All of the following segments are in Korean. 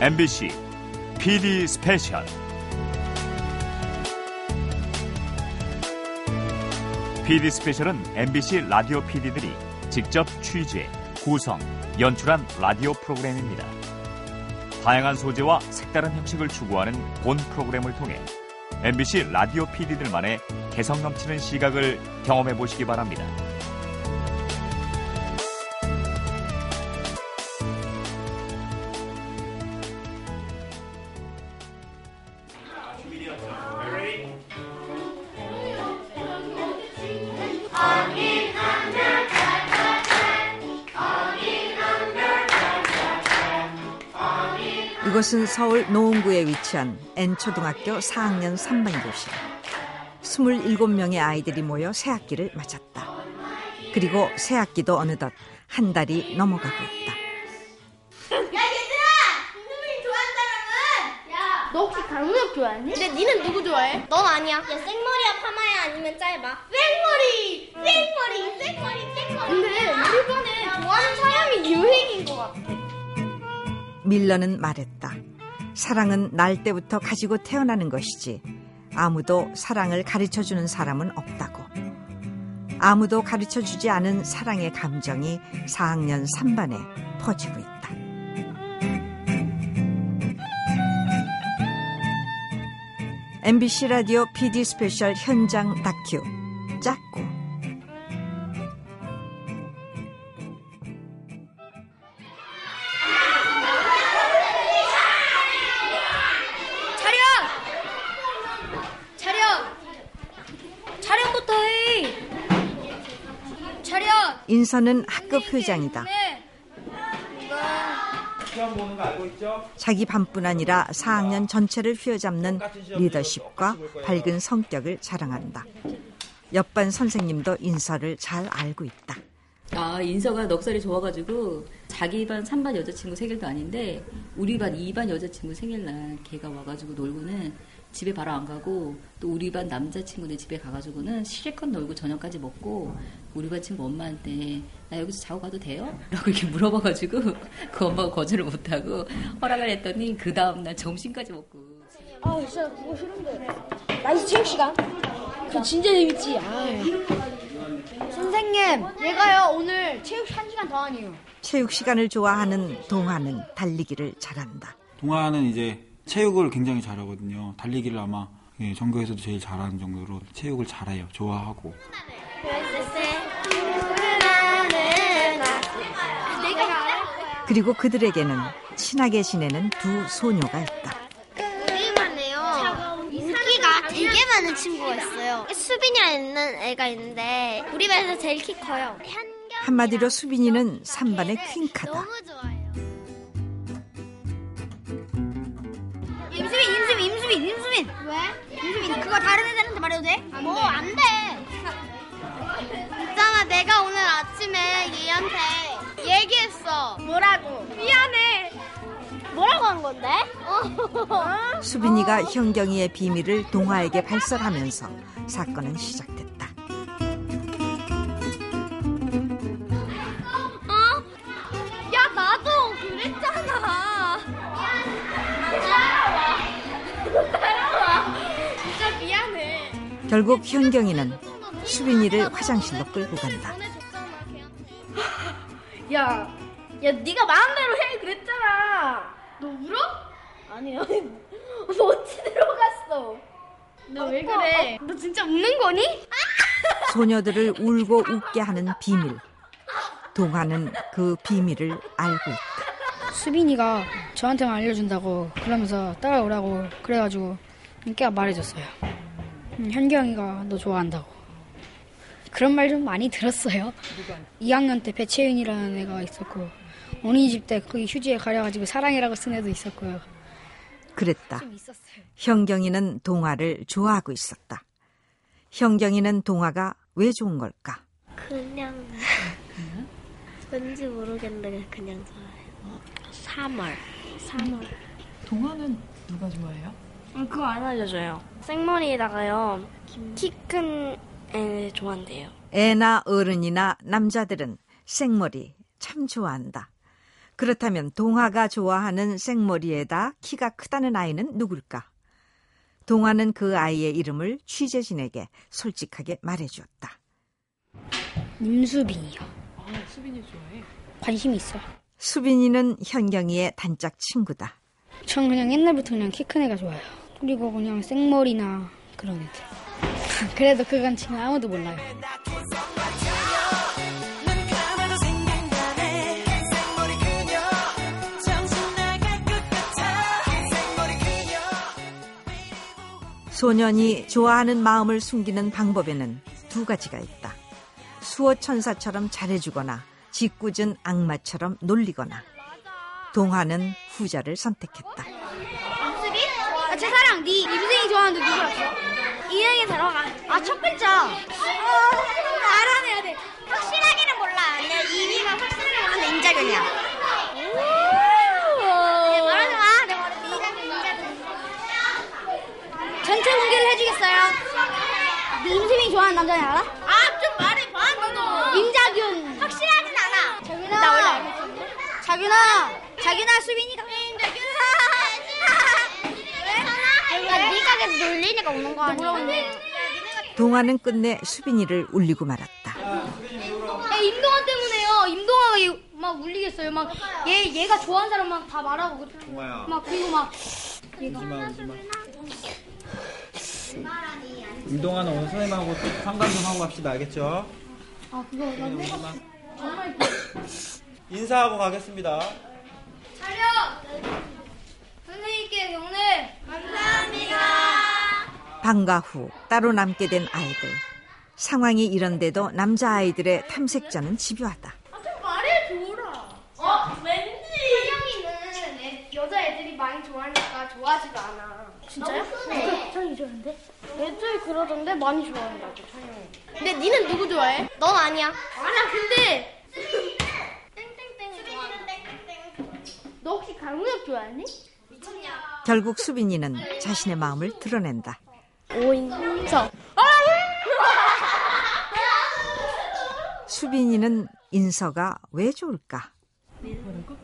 MBC PD 스페셜 PD 스페셜은 MBC 라디오 PD들이 직접 취재, 구성, 연출한 라디오 프로그램입니다. 다양한 소재와 색다른 형식을 추구하는 본 프로그램을 통해 MBC 라디오 PD들만의 개성 넘치는 시각을 경험해 보시기 바랍니다. 이곳은 서울 노원구에 위치한 N초등학교 4학년 3반 교실. 27명의 아이들이 모여 새학기를 맞았다. 그리고 새학기도 어느덧 한 달이 넘어가고 있다. 야 얘들아! 김수민이 좋아하는 사람은? 야! 너 혹시 강력 좋아하니? 근데 니는 누구 좋아해? 넌 아니야 야 생머리야 파마야 아니면 짧아? 생머리! 생머리! 생머리! 생머리! 근데 우리 반에 좋아하는 사람이 유행인 것 같아 밀러는 말했다. 사랑은 날 때부터 가지고 태어나는 것이지. 아무도 사랑을 가르쳐 주는 사람은 없다고. 아무도 가르쳐 주지 않은 사랑의 감정이 4학년 3반에 퍼지고 있다. MBC 라디오 PD 스페셜 현장 다큐 짝꿍 차렷! 차렷! 차렷부터 해! 차렷! 인선은 학급 회장이다. 네. 자기 반뿐 아니라 4학년 전체를 휘어잡는 리더십과 밝은 성격을 자랑한다. 옆반 선생님도 인서를 잘 알고 있다. 아, 인서가 넉살이 좋아가지고 자기 반 3반 여자친구 생일도 아닌데 우리 반 2반 여자친구 생일날 걔가 와가지고 놀고는 집에 바로 안 가고 또 우리 반 남자친구네 집에 가가지고는 실컷 놀고 저녁까지 먹고 우리 반 친구 엄마한테 나 여기서 자고 가도 돼요? 라고 이렇게 물어봐가지고 그 엄마가 거절을 못하고 허락을 했더니 그 다음날 점심까지 먹고 아, 진짜 그거 싫은데. 나이스 체육 시간. 그 진짜 재밌지. 선생님, 얘가요 오늘 체육 1 시간 더 하네요. 체육 시간을 좋아하는 동화는 달리기를 잘한다. 동아는 이제 체육을 굉장히 잘하거든요. 달리기를 아마 예, 전교에서도 제일 잘하는 정도로 체육을 잘해요. 좋아하고. 그리고 그들에게는 친하게 지내는 두 소녀가 있다. 되게 많네요 인기가 되게 많은 친구가 있어요 수빈이라 있는 애가 있는데 우리 반에서 제일 키 커요 한마디로 수빈이는 삼반의 퀸카다. 너무 좋아해요 임수빈 임수빈 임수빈 임수빈 왜? 임수빈 그거 다른 애들한테 말해도 돼? 뭐 안돼 있잖아 내가 오늘 아침에 얘한테 얘기했어 뭐라고? 미안해 뭐라고 한 건데? 어? 수빈이가 현경이의 비밀을 동화에게 발설하면서 사건은 시작됐다. 야 나도 그랬잖아 진짜 미안해 결국 현경이는 수빈이를 화장실로 끌고 간다. 보내줬잖아 걔한테 야, 야, 네가 마음대로 해 그랬잖아. 너 울어? 아니요. 너 어찌 내려갔어? 너 왜 그래? 너 진짜 웃는 거니? 소녀들을 울고 웃게 하는 비밀. 동화는 그 비밀을 알고 있다. 수빈이가 저한테만 알려준다고 그러면서 따라오라고 그래가지고 걔가 말해줬어요. 음, 현경이가 너 좋아한다고. 그런 말 좀 많이 들었어요. 2학년 때 배채윤이라는 애가 있었고 어린이집 때 거기 휴지에 가려가지고 사랑이라고 쓴 애도 있었고요. 그랬다. 좀 있었어요. 현경이는 동화를 좋아하고 있었다. 현경이는 동화가 왜 좋은 걸까? 그냥 왠지 모르겠는데 그냥 좋아해요. 3월 3월 동화는 누가 좋아해요? 음, 그거 안 알려줘요. 생머리에다가요 키 큰 애 좋아한대요. 애나 어른이나 남자들은 생머리 참 좋아한다. 그렇다면 동화가 좋아하는 생머리에다 키가 크다는 아이는 누굴까? 동화는 그 아이의 이름을 취재진에게 솔직하게 말해주었다. 임수빈이요. 아, 수빈이 좋아해. 관심이 있어요. 수빈이는 현경이의 단짝 친구다. 전 그냥 옛날부터 그냥 키 큰 애가 좋아요. 그리고 그냥 생머리나 그런 애들. 그래도 그건 지금 아무도 몰라요. 소년이 좋아하는 마음을 숨기는 방법에는 두 가지가 있다. 수호 천사처럼 잘해주거나 짓궂은 악마처럼 놀리거나 동화는 후자를 선택했다. 아, 제 사랑, 네 인생이 좋아하는데 누구라어 인형이 들어가. 아, 첫 글자. 알아내야 돼. 확실하게는 몰라. 근데 이미가 확실하게 몰라. 인자균이야. 내 말하지 네, 말하는 마. 내 말하지 마. 네 인자균. 전체 소개를 해주겠어요. 네 인생이 좋아하는 남자는 알아? 아, 좀 말해봐, 너도. 임자균. 확실하진 않아. 자균아. 나 원래 알고 있었는데. 자균아. 자균아, 수빈이가. 인자균. 왜? 그러니까 야, 네가 계속 놀리니까 우는 거 아니야? 동화는 끝내 수빈이를 울리고 말았다. 야, 임동환 때문에요. 임동환이 막 울리겠어요. 막, 얘, 얘가 좋아하는 사람 막 다 말하고. 동화야. 막, 그리고 막. 운동하는 오늘 선생님하고 또 상담 좀 하고 갑시다 알겠죠? 아, 그거. 나 인사하고 가겠습니다 자려! 선생님께 경례! 방과 후 따로 남게 된 아이들. 상황이 이런데도 남자아이들의 탐색자는 집요하다. 아, 어, 왠지. 서영이는 여자애들이 많이 좋아하니까 좋아하지도 않아. 진짜요? 찬이 좋아하는데? 애초에 그러던데 많이 좋아한다고, 찬이. 근데 니는 누구 좋아해? 넌 아니야. 알아, 근데! 땡땡땡 좋아하는 땡땡땡 너 혹시 강우혁 좋아하니? 결국 수빈이는 자신의 마음을 드러낸다. 오인성. 수빈이는 인서가 왜 좋을까?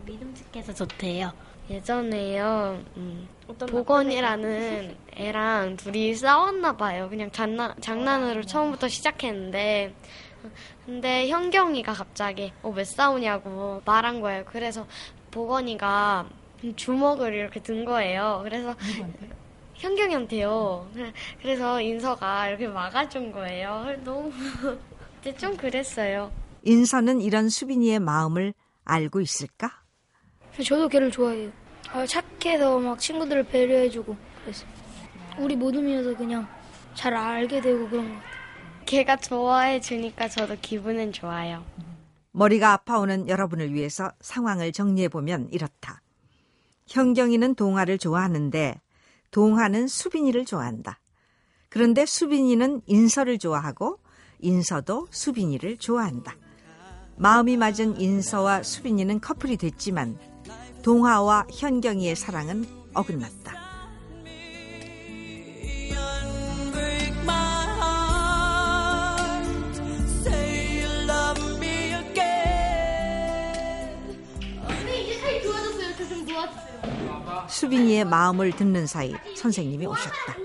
믿음직해서 좋대요. 예전에요. 음, 보건이라는 애랑 둘이 싸웠나 봐요. 그냥 장난 장난으로 처음부터 시작했는데 근데 현경이가 갑자기 어, 왜 싸우냐고 말한 거예요. 그래서 보건이가 주먹을 이렇게 든 거예요. 그래서 현경이한테요. 그래서 인서가 이렇게 막아준 거예요. 너무 근데 좀 그랬어요. 인서는 이런 수빈이의 마음을 알고 있을까? 저도 걔를 좋아해요. 착해서 막 친구들을 배려해주고 그랬어요. 우리 모둠이어서 그냥 잘 알게 되고 그런 것 같아요. 걔가 좋아해 주니까 저도 기분은 좋아요. 머리가 아파오는 여러분을 위해서 상황을 정리해보면 이렇다. 현경이는 동화를 좋아하는데 동화는 수빈이를 좋아한다. 그런데 수빈이는 인서를 좋아하고 인서도 수빈이를 좋아한다. 마음이 맞은 인서와 수빈이는 커플이 됐지만 동화와 현경이의 사랑은 어긋났다. 근데 이제 사이 좋아졌어요. 저 좀 좋아졌어요. 수빈이의 마음을 듣는 사이 선생님이 오셨다.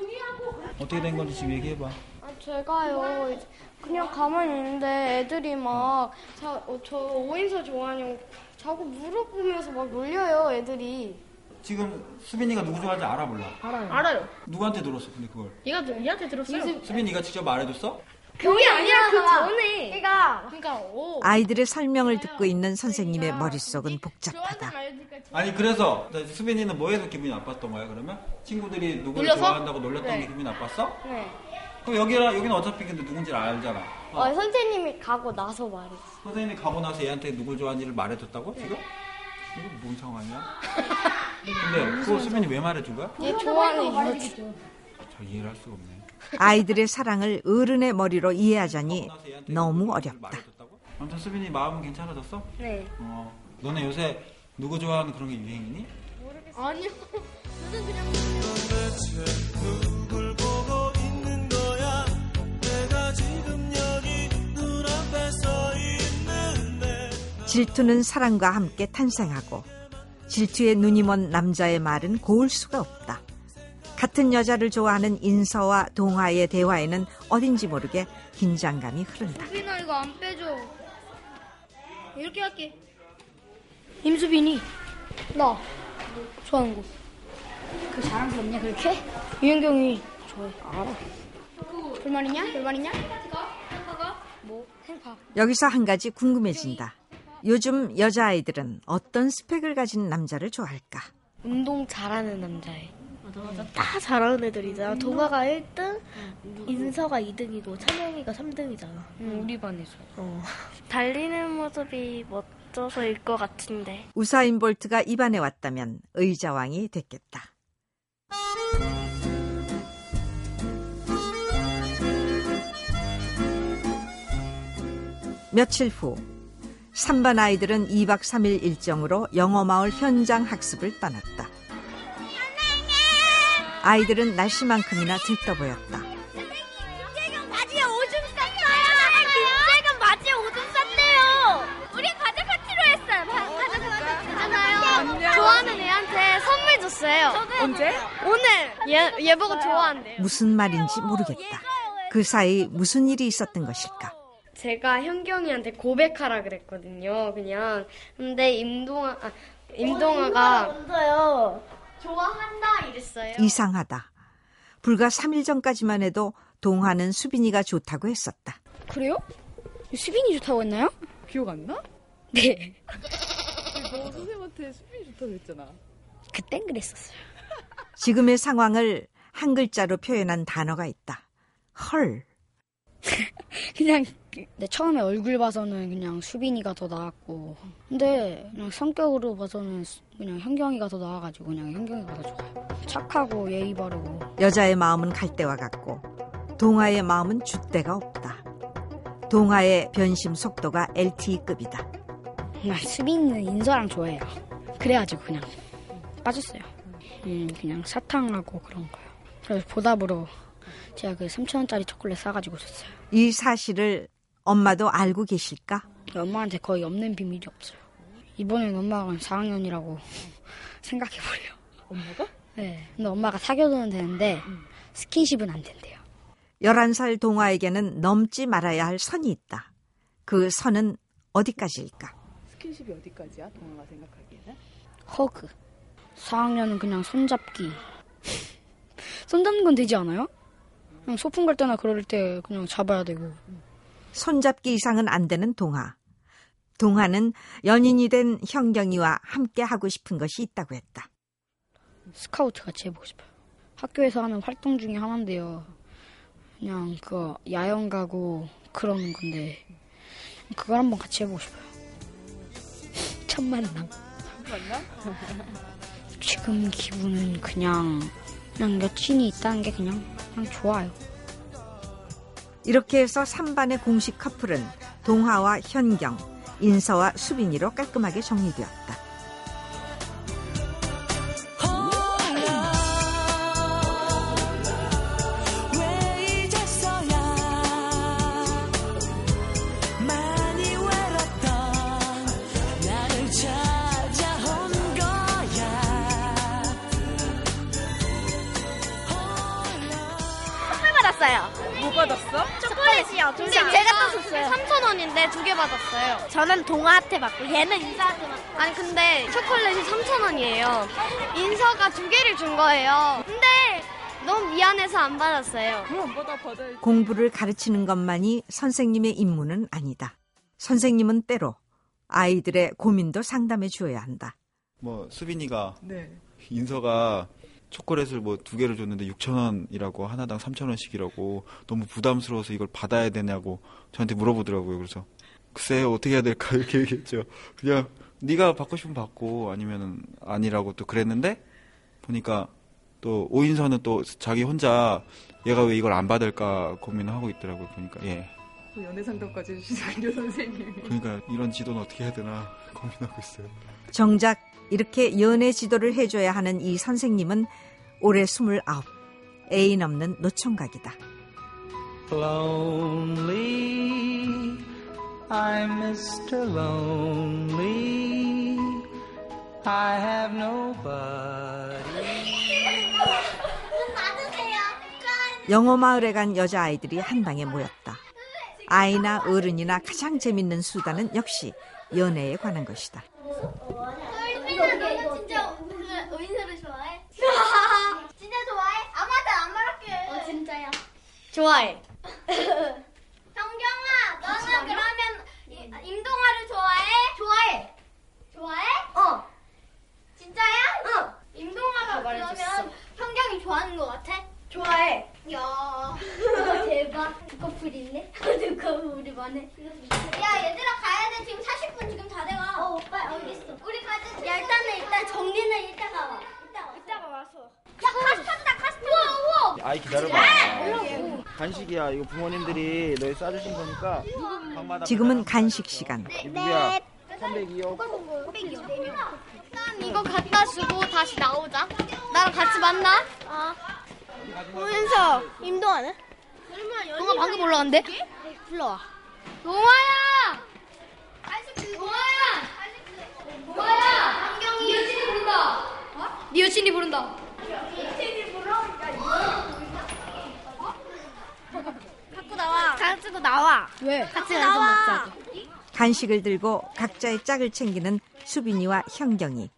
어떻게 된 건지 지금 얘기해봐 아, 제가요. 이제 그냥 가만히 있는데 애들이 막, 자, 어, 저 오인서 좋아하냐고 자꾸 물어보면서 막 놀려요, 애들이. 지금 수빈이가 누구 좋아하는지 알아 몰라 알아요. 예. 누구한테 들었어 근데 그걸 얘가 얘한테 들었어요. 수빈이가 직접 말해줬어? 그게 아니라 그 전에. 그러니까 아이들의 설명을 듣고 있는 선생님의 머릿속은 복잡하다. 아니 그래서 나 수빈이는 뭐해서 기분이 나빴던 거야 그러면? 친구들이 누구를 좋아한다고 놀렸던 게 기분이 나빴어? 네. 그럼 여기랑 여기는 어차피 근데 누군지 알잖아 어, 선생님이 가고 나서 말했어. 선생님이 가고 나서 얘한테 누구 좋아하는지를 말해줬다고 지금? 이거 뭔 상황이야? 근데 그거 수빈이 왜 말해준 거야? 얘 좋아하는 이유. 잘 이해를 할 수가 없네 아이들의 사랑을 어른의 머리로 이해하자니 가고 나서 얘한테 너무 누구 좋아하는지를 어렵다. 말해줬다고? 아무튼 수빈이 마음은 괜찮아졌어? 네. 어 너네 요새 누구 좋아하는 그런 게 유행이니? 질투는 사랑과 함께 탄생하고 질투에 눈이 먼 남자의 말은 고울 수가 없다. 같은 여자를 좋아하는 인서와 동화의 대화에는 어딘지 모르게 긴장감이 흐른다. 수빈아 이거 안 빼줘. 이렇게 할게. 임수빈이 나. 좋아하는 거. 그 자랑스럽냐 그렇게? 유현경이 좋아해. 알아. 불만 있냐? 불만 있냐? 여기서 한 가지 궁금해진다. 요즘 여자아이들은 어떤 스펙을 가진 남자를 좋아할까? 운동 잘하는 남자애. 아, 다 잘하는 애들이잖아. 도가가 1등, 인서가 2등이고 찬영이가 3등이잖아. 어. 우리 반에서. 달리는 모습이 멋져서일 것 같은데. 우사인 볼트가 입안에 왔다면 의자왕이 됐겠다. 며칠 후 3반 아이들은 2박 3일 일정으로 영어마을 현장 학습을 떠났다. 아이들은 날씨만큼이나 들떠보였다. 김재경 바지에 오줌 쌌어요. 김재경 바지에 오줌 쌌대요. 우리 과자 파티로 했어요. 과자 파티 했잖아요. 좋아하는 애한테 선물 줬어요. 언제? 네! 오늘. 얘, 얘 보고 좋아한대요. 무슨 말인지 모르겠다. 그 사이 무슨 일이 있었던 것일까? 제가 현경이한테 고백하라 그랬거든요. 그냥. 근데 임동아, 아, 임동아가 먼저요. 좋아한다 이랬어요. 이상하다. 불과 3일 전까지만 해도 동화는 수빈이가 좋다고 했었다. 그래요? 수빈이 좋다고 했나요? 기억 안 나? 네. 너 선생님한테 수빈이 좋다고 했잖아. 그땐 그랬었어요. 지금의 상황을 한 글자로 표현한 단어가 있다. 헐. 그냥 근데 처음에 얼굴 봐서는 그냥 수빈이가 더 나았고 근데 그냥 성격으로 봐서는 수- 그냥 현경이가 더 나아가지고 그냥 현경이가 더 좋아요. 착하고 예의 바르고 여자의 마음은 갈대와 같고 동아의 마음은 줏대가 없다. 동아의 변심 속도가 LTE급이다. 나 수빈이는 인서랑 좋아해요. 그래가지고 그냥 빠졌어요. 음 그냥 사탕하고 그런 거요. 그래서 보답으로 제가 그 3천 원짜리 초콜릿 사가지고 줬어요. 이 사실을 엄마도 알고 계실까? 엄마한테 거의 없는 비밀이 없어요. 이번엔 엄마가 4학년이라고 생각해버려요. 엄마가? 음. 네. 근데 엄마가 사귀어도는 되는데 스킨십은 안 된대요. 11살 동아에게는 넘지 말아야 할 선이 있다. 그 선은 어디까지일까? 스킨십이 어디까지야? 동아가 생각하기에는? 허그. 4학년은 그냥 손잡기. 손잡는 건 되지 않아요? 그냥 소풍 갈 때나 그럴 때 그냥 잡아야 되고. 손잡기 이상은 안 되는 동아. 동아는 연인이 된 현경이와 함께 하고 싶은 것이 있다고 했다. 스카우트 같이 해보고 싶어요. 학교에서 하는 활동 중에 하나인데요. 그냥 그거 야영 가고 그러는 건데 그걸 한번 같이 해보고 싶어요. 첫 만남. 맞나? 지금 기분은 그냥 그냥 여친이 있다는 게 그냥 그냥 좋아요. 이렇게 해서 3반의 공식 커플은 동하와 현경, 인서와 수빈이로 깔끔하게 정리되었다. 선물 받았어요. 뭐 받았어? 초콜릿이요. 근데 제가 또 줬어요. 3천 원인데 두 개 받았어요. 저는 동아한테 받고 얘는 인사한테 받고. 아니 근데 초콜릿이 3천 원이에요. 인서가 두 개를 준 거예요. 근데 너무 미안해서 안 받았어요. 그럼 받아 받아야지. 공부를 가르치는 것만이 선생님의 임무는 아니다. 선생님은 때로 아이들의 고민도 상담해 주어야 한다. 뭐 수빈이가 네. 인서가 초콜릿을 뭐 두 개를 줬는데 6천 원이라고 하나당 3천 원씩이라고 너무 부담스러워서 이걸 받아야 되냐고 저한테 물어보더라고요. 그래서 글쎄 어떻게 해야 될까 이렇게 얘기했죠. 그냥 네가 받고 싶으면 받고 아니면 아니라고 또 그랬는데 보니까 또 오인서는 또 자기 혼자 얘가 왜 이걸 안 받을까 고민을 하고 있더라고요. 보니까 예. 또 연애 상담까지 해주시는 교 선생님. 그러니까 이런 지도는 어떻게 해야 되나 고민하고 있어요. 정작 이렇게 연애 지도를 해줘야 하는 이 선생님은 올해 29, 애인 없는 노총각이다. Lonely, I'm Mr. Lonely. I have nobody. 영어 마을에 간 여자 아이들이 한 방에 모였다. 아이나 어른이나 가장 재밌는 수단은 역시 연애에 관한 것이다. 너 진짜 오인수를 좋아해? 진짜 좋아해? 아무한테 안 말할게. 어 진짜야. 좋아해. 정경아, 너는 그러면 이- 임동아를 좋아해? 좋아해. 좋아해? 어. 진짜야? 응. 임동아가 그러면 평경이 좋아하는 것 같아? 좋아해. 야. 어, 대박. 커플 있네. 커플 우리 만에. 야 얘들아 가야 돼. 지금 40분 지금 다 돼가. 어 오빠 알겠어. 우리 가자. 야 일단은 일단 정리는 이따가 와. 이따가 이따가 와서. 야 카스 탔다 카스 탔다. 우와 네. 우와. 아이 기다려봐. 올라오고. 간식이야. 이거 부모님들이 너희 싸주신 거니까. 방마다 지금은 간식 시간. 유비야. 302호. 일단 이거 갖다 주고 다시 나오자. 나랑 같이 만나. 아. 오윤서 임동아는? 동아 방금 올라간대? 불러와. 동아야! 동아야! 동아야! 안경이 여친이 부른다. 네 여친이 부른다. 여친이 불러? 갖고 나와. 가지고 나와. 왜? 같이 가서 먹자. 간식을 들고 각자의 짝을 챙기는 수빈이와 현경이.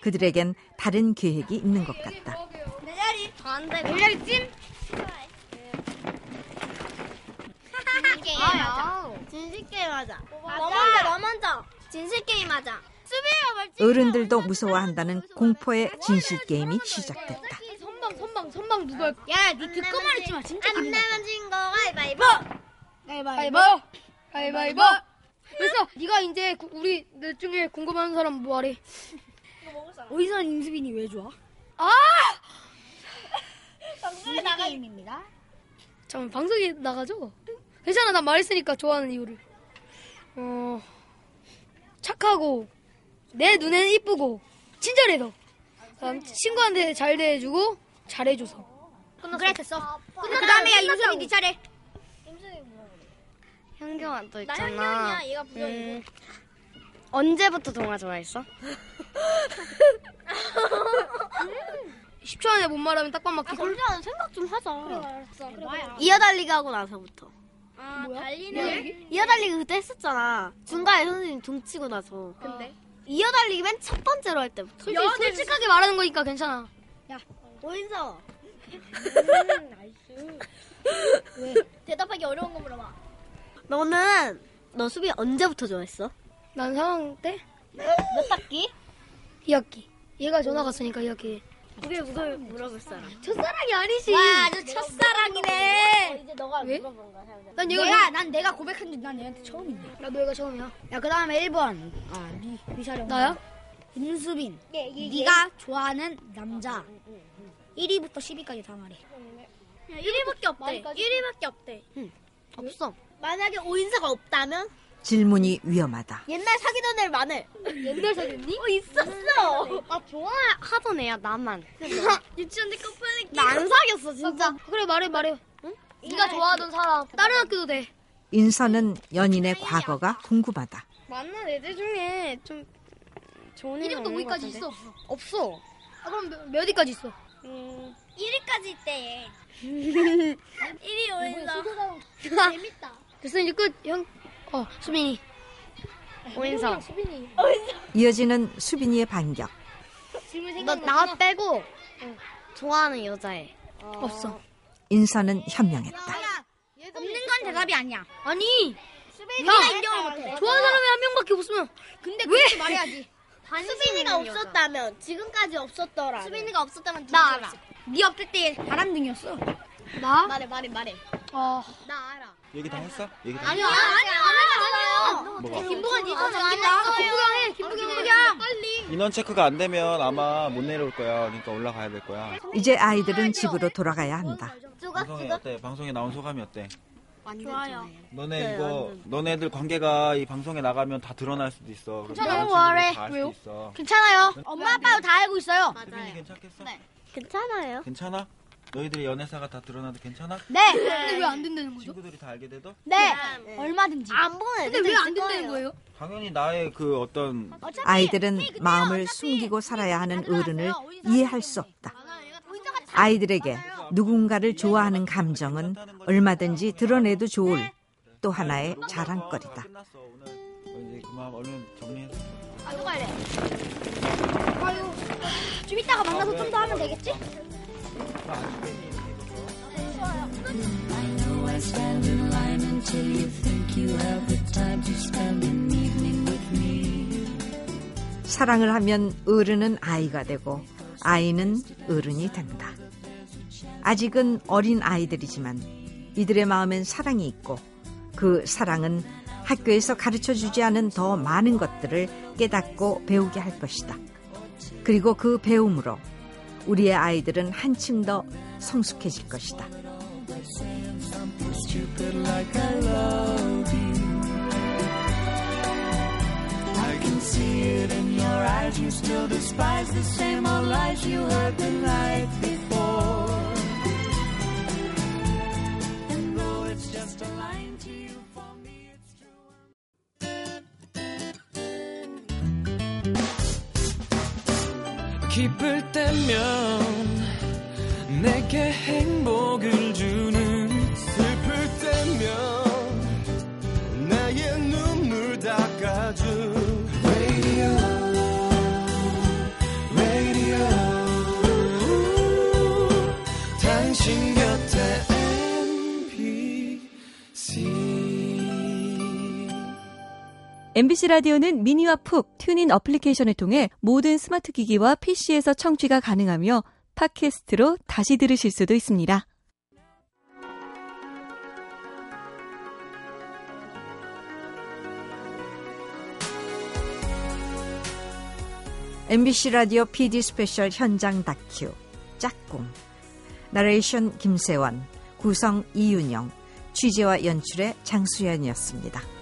그들에겐 다른 계획이 있는 것 같다. 내 자리. 반대. 내 자리 찜? 진실게임 하자. 진실게임 하자. 너 먼저, 너 먼저. 진실게임 하자. 뭐 수비가 멀지. 어른들도 무서워한다는 공포의 진실 게임이 시작됐다. 선방 선방 선방 누가 할 야, 니 듣고 말했지 마. 진짜 안 내면 진거 가위바위보. 가위바위보. 가위바위보. 그래서 네가 이제 구- 우리 넷 중에 궁금한 사람 뭐하래? 오이선 임수빈이 왜 좋아? 아! 나가임입니다. 잠깐 방송에 나가죠? 괜찮아 나 말했으니까 좋아하는 이유를 어 착하고 내 눈엔 이쁘고 친절해서 음, 친구한테 잘 대해주고 잘해줘서 그래 됐어. 그다음에 야, 임수빈 네 차례. 현경아 또 나 현경이야. 얘가 부정이고. 언제부터 동화 좋아했어? 10초 안에 못 말하면 딱밤 맞기 잠시만 아, 생각 좀 하자. 어, 네, 그래 알았어. 이어달리기 하고 나서부터. 아, 네. 달리는. 이어달리기 그때 했었잖아. 중간에 선생님 등치고 나서. 근데? 이어달리기 맨 첫 번째로 할 때부터. 솔직히, 솔직하게 말하는 거니까 괜찮아 뭐 오인서. 음, 대답하기 어려운 거 물어봐. 너는 너 수비 언제부터 좋아했어? 난 상황 때 몇 학기? 2학기 얘가 전화 갔으니까 2학기 그게 무슨 물어볼 사람? 첫사랑이 아니지 아주 첫사랑이네. 이제 너가 물어본 거야. 난 얘가 내가, 난 내가 고백한 지 난 얘한테 처음인데 나도 얘가 처음이야 야, 그 다음에 1번. 아, 니, 미사령. 나야? 임수빈. 예, 예, 네가 좋아하는 남자. 1위부터 10위까지 다 말해. 1위밖에 없대. 1위밖에 없대. 없어. 만약에 오인서가 없다면 질문이 위험하다. 옛날 사귀던 애를 만을. 옛날 사귀었니? 어 있었어. 아 좋아하던 애야 나만 유치원 때 커플링 나 안 사귀었어 진짜. 그래 말해 말해 네가 좋아하던 사람 다른 학교도 돼 인선은 연인의 과거가 궁금하다. 만난 애들 중에 좀 좋은 이름도 거기까지 있어 없어? 없어 아, 그럼 몇, 몇 위까지 있어? 음. 1위까지 있대. 1위 오인서. 재밌다. 됐어 이제 끝형어 수빈이 오인서. 이어지는 수빈이의 반격. 질문 너 나 빼고 좋아하는 여자애. 없어 인선은 현명했다. 없는 건 대답이 아니야 아니 네가 인정을 못해 좋아하는 사람이 한 명밖에 없으면 근데 그렇게 말해야지 수빈이가 없었다면 지금까지 없었더라. 수빈이가 없었다면 누구 나 알아? 알아 네 없을 때 바람둥이였어 나? 말해 말해 말해. 어 나 알아. 얘기 다 했어? 얘기 다 아니야, 아니야, 안 했어요. 뭐가? 김보관 니가 아, 김부경 해 김부경 김부경 인원 체크가 안 되면 아마 못 내려올 거야. 그러니까 올라가야 될 거야. 이제 아이들은 집으로 돌아가야 한다. 방송에 어때? 방송에 나온 소감이 어때? 좋아요. 너네 이거 너네들 관계가 이 방송에 나가면 다 드러날 수도 있어. 괜찮아요. 왜요? 있어. 네. 괜찮아요. 네. 엄마 아빠도 다 알고 있어요. 수빈이 괜찮겠어? 괜찮아요. 괜찮아? 너희들의 연애사가 다 드러나도 괜찮아? 네. 근데 왜 안 된다는 거죠? 친구들이 다 알게 돼도? 네. 얼마든지. 안 보는 근데 애들도 왜 안 있을 된다는 거예요? 거예요. 당연히 나의 그 어떤 아이들은 마음을 숨기고 살아야 하는 어른을 이해할 수 없다. 아이들에게 누군가를 좋아하는 감정은 얼마든지 드러내도 좋을 또 하나의 자랑거리다. 어, 이제 그만 얼른 정리해서 아, 누가 이래? 아유, 좀 이따가 만나서 좀 더 하면 되겠지? I stand in line until you think you have the time to spend an evening with me. 사랑을 하면 어른은 아이가 되고 아이는 어른이 된다. 아직은 어린 아이들이지만 이들의 마음엔 사랑이 있고 그 사랑은 학교에서 가르쳐 주지 않은 더 많은 것들을 깨닫고 배우게 할 것이다. 그리고 그 배움으로 우리의 아이들은 한층 더 성숙해질 것이다. By saying something stupid like I love you. I can see it in your eyes. You still despise the same old lies you heard the night before. And though it's just a line to you. for me, it's true. 기쁠 때면 내게 행복을 주는 슬플 때면 나의 눈물 닦아준 Radio Radio 당신 곁에 MBC MBC 라디오는 미니와 푹 튜닝 어플리케이션을 통해 모든 스마트 기기와 PC에서 청취가 가능하며 팟캐스트로 다시 들으실 수도 있습니다. MBC 라디오 PD 스페셜 현장 다큐 짝꿍 나레이션 김세원 구성 이윤영 취재와 연출의 장수연이었습니다.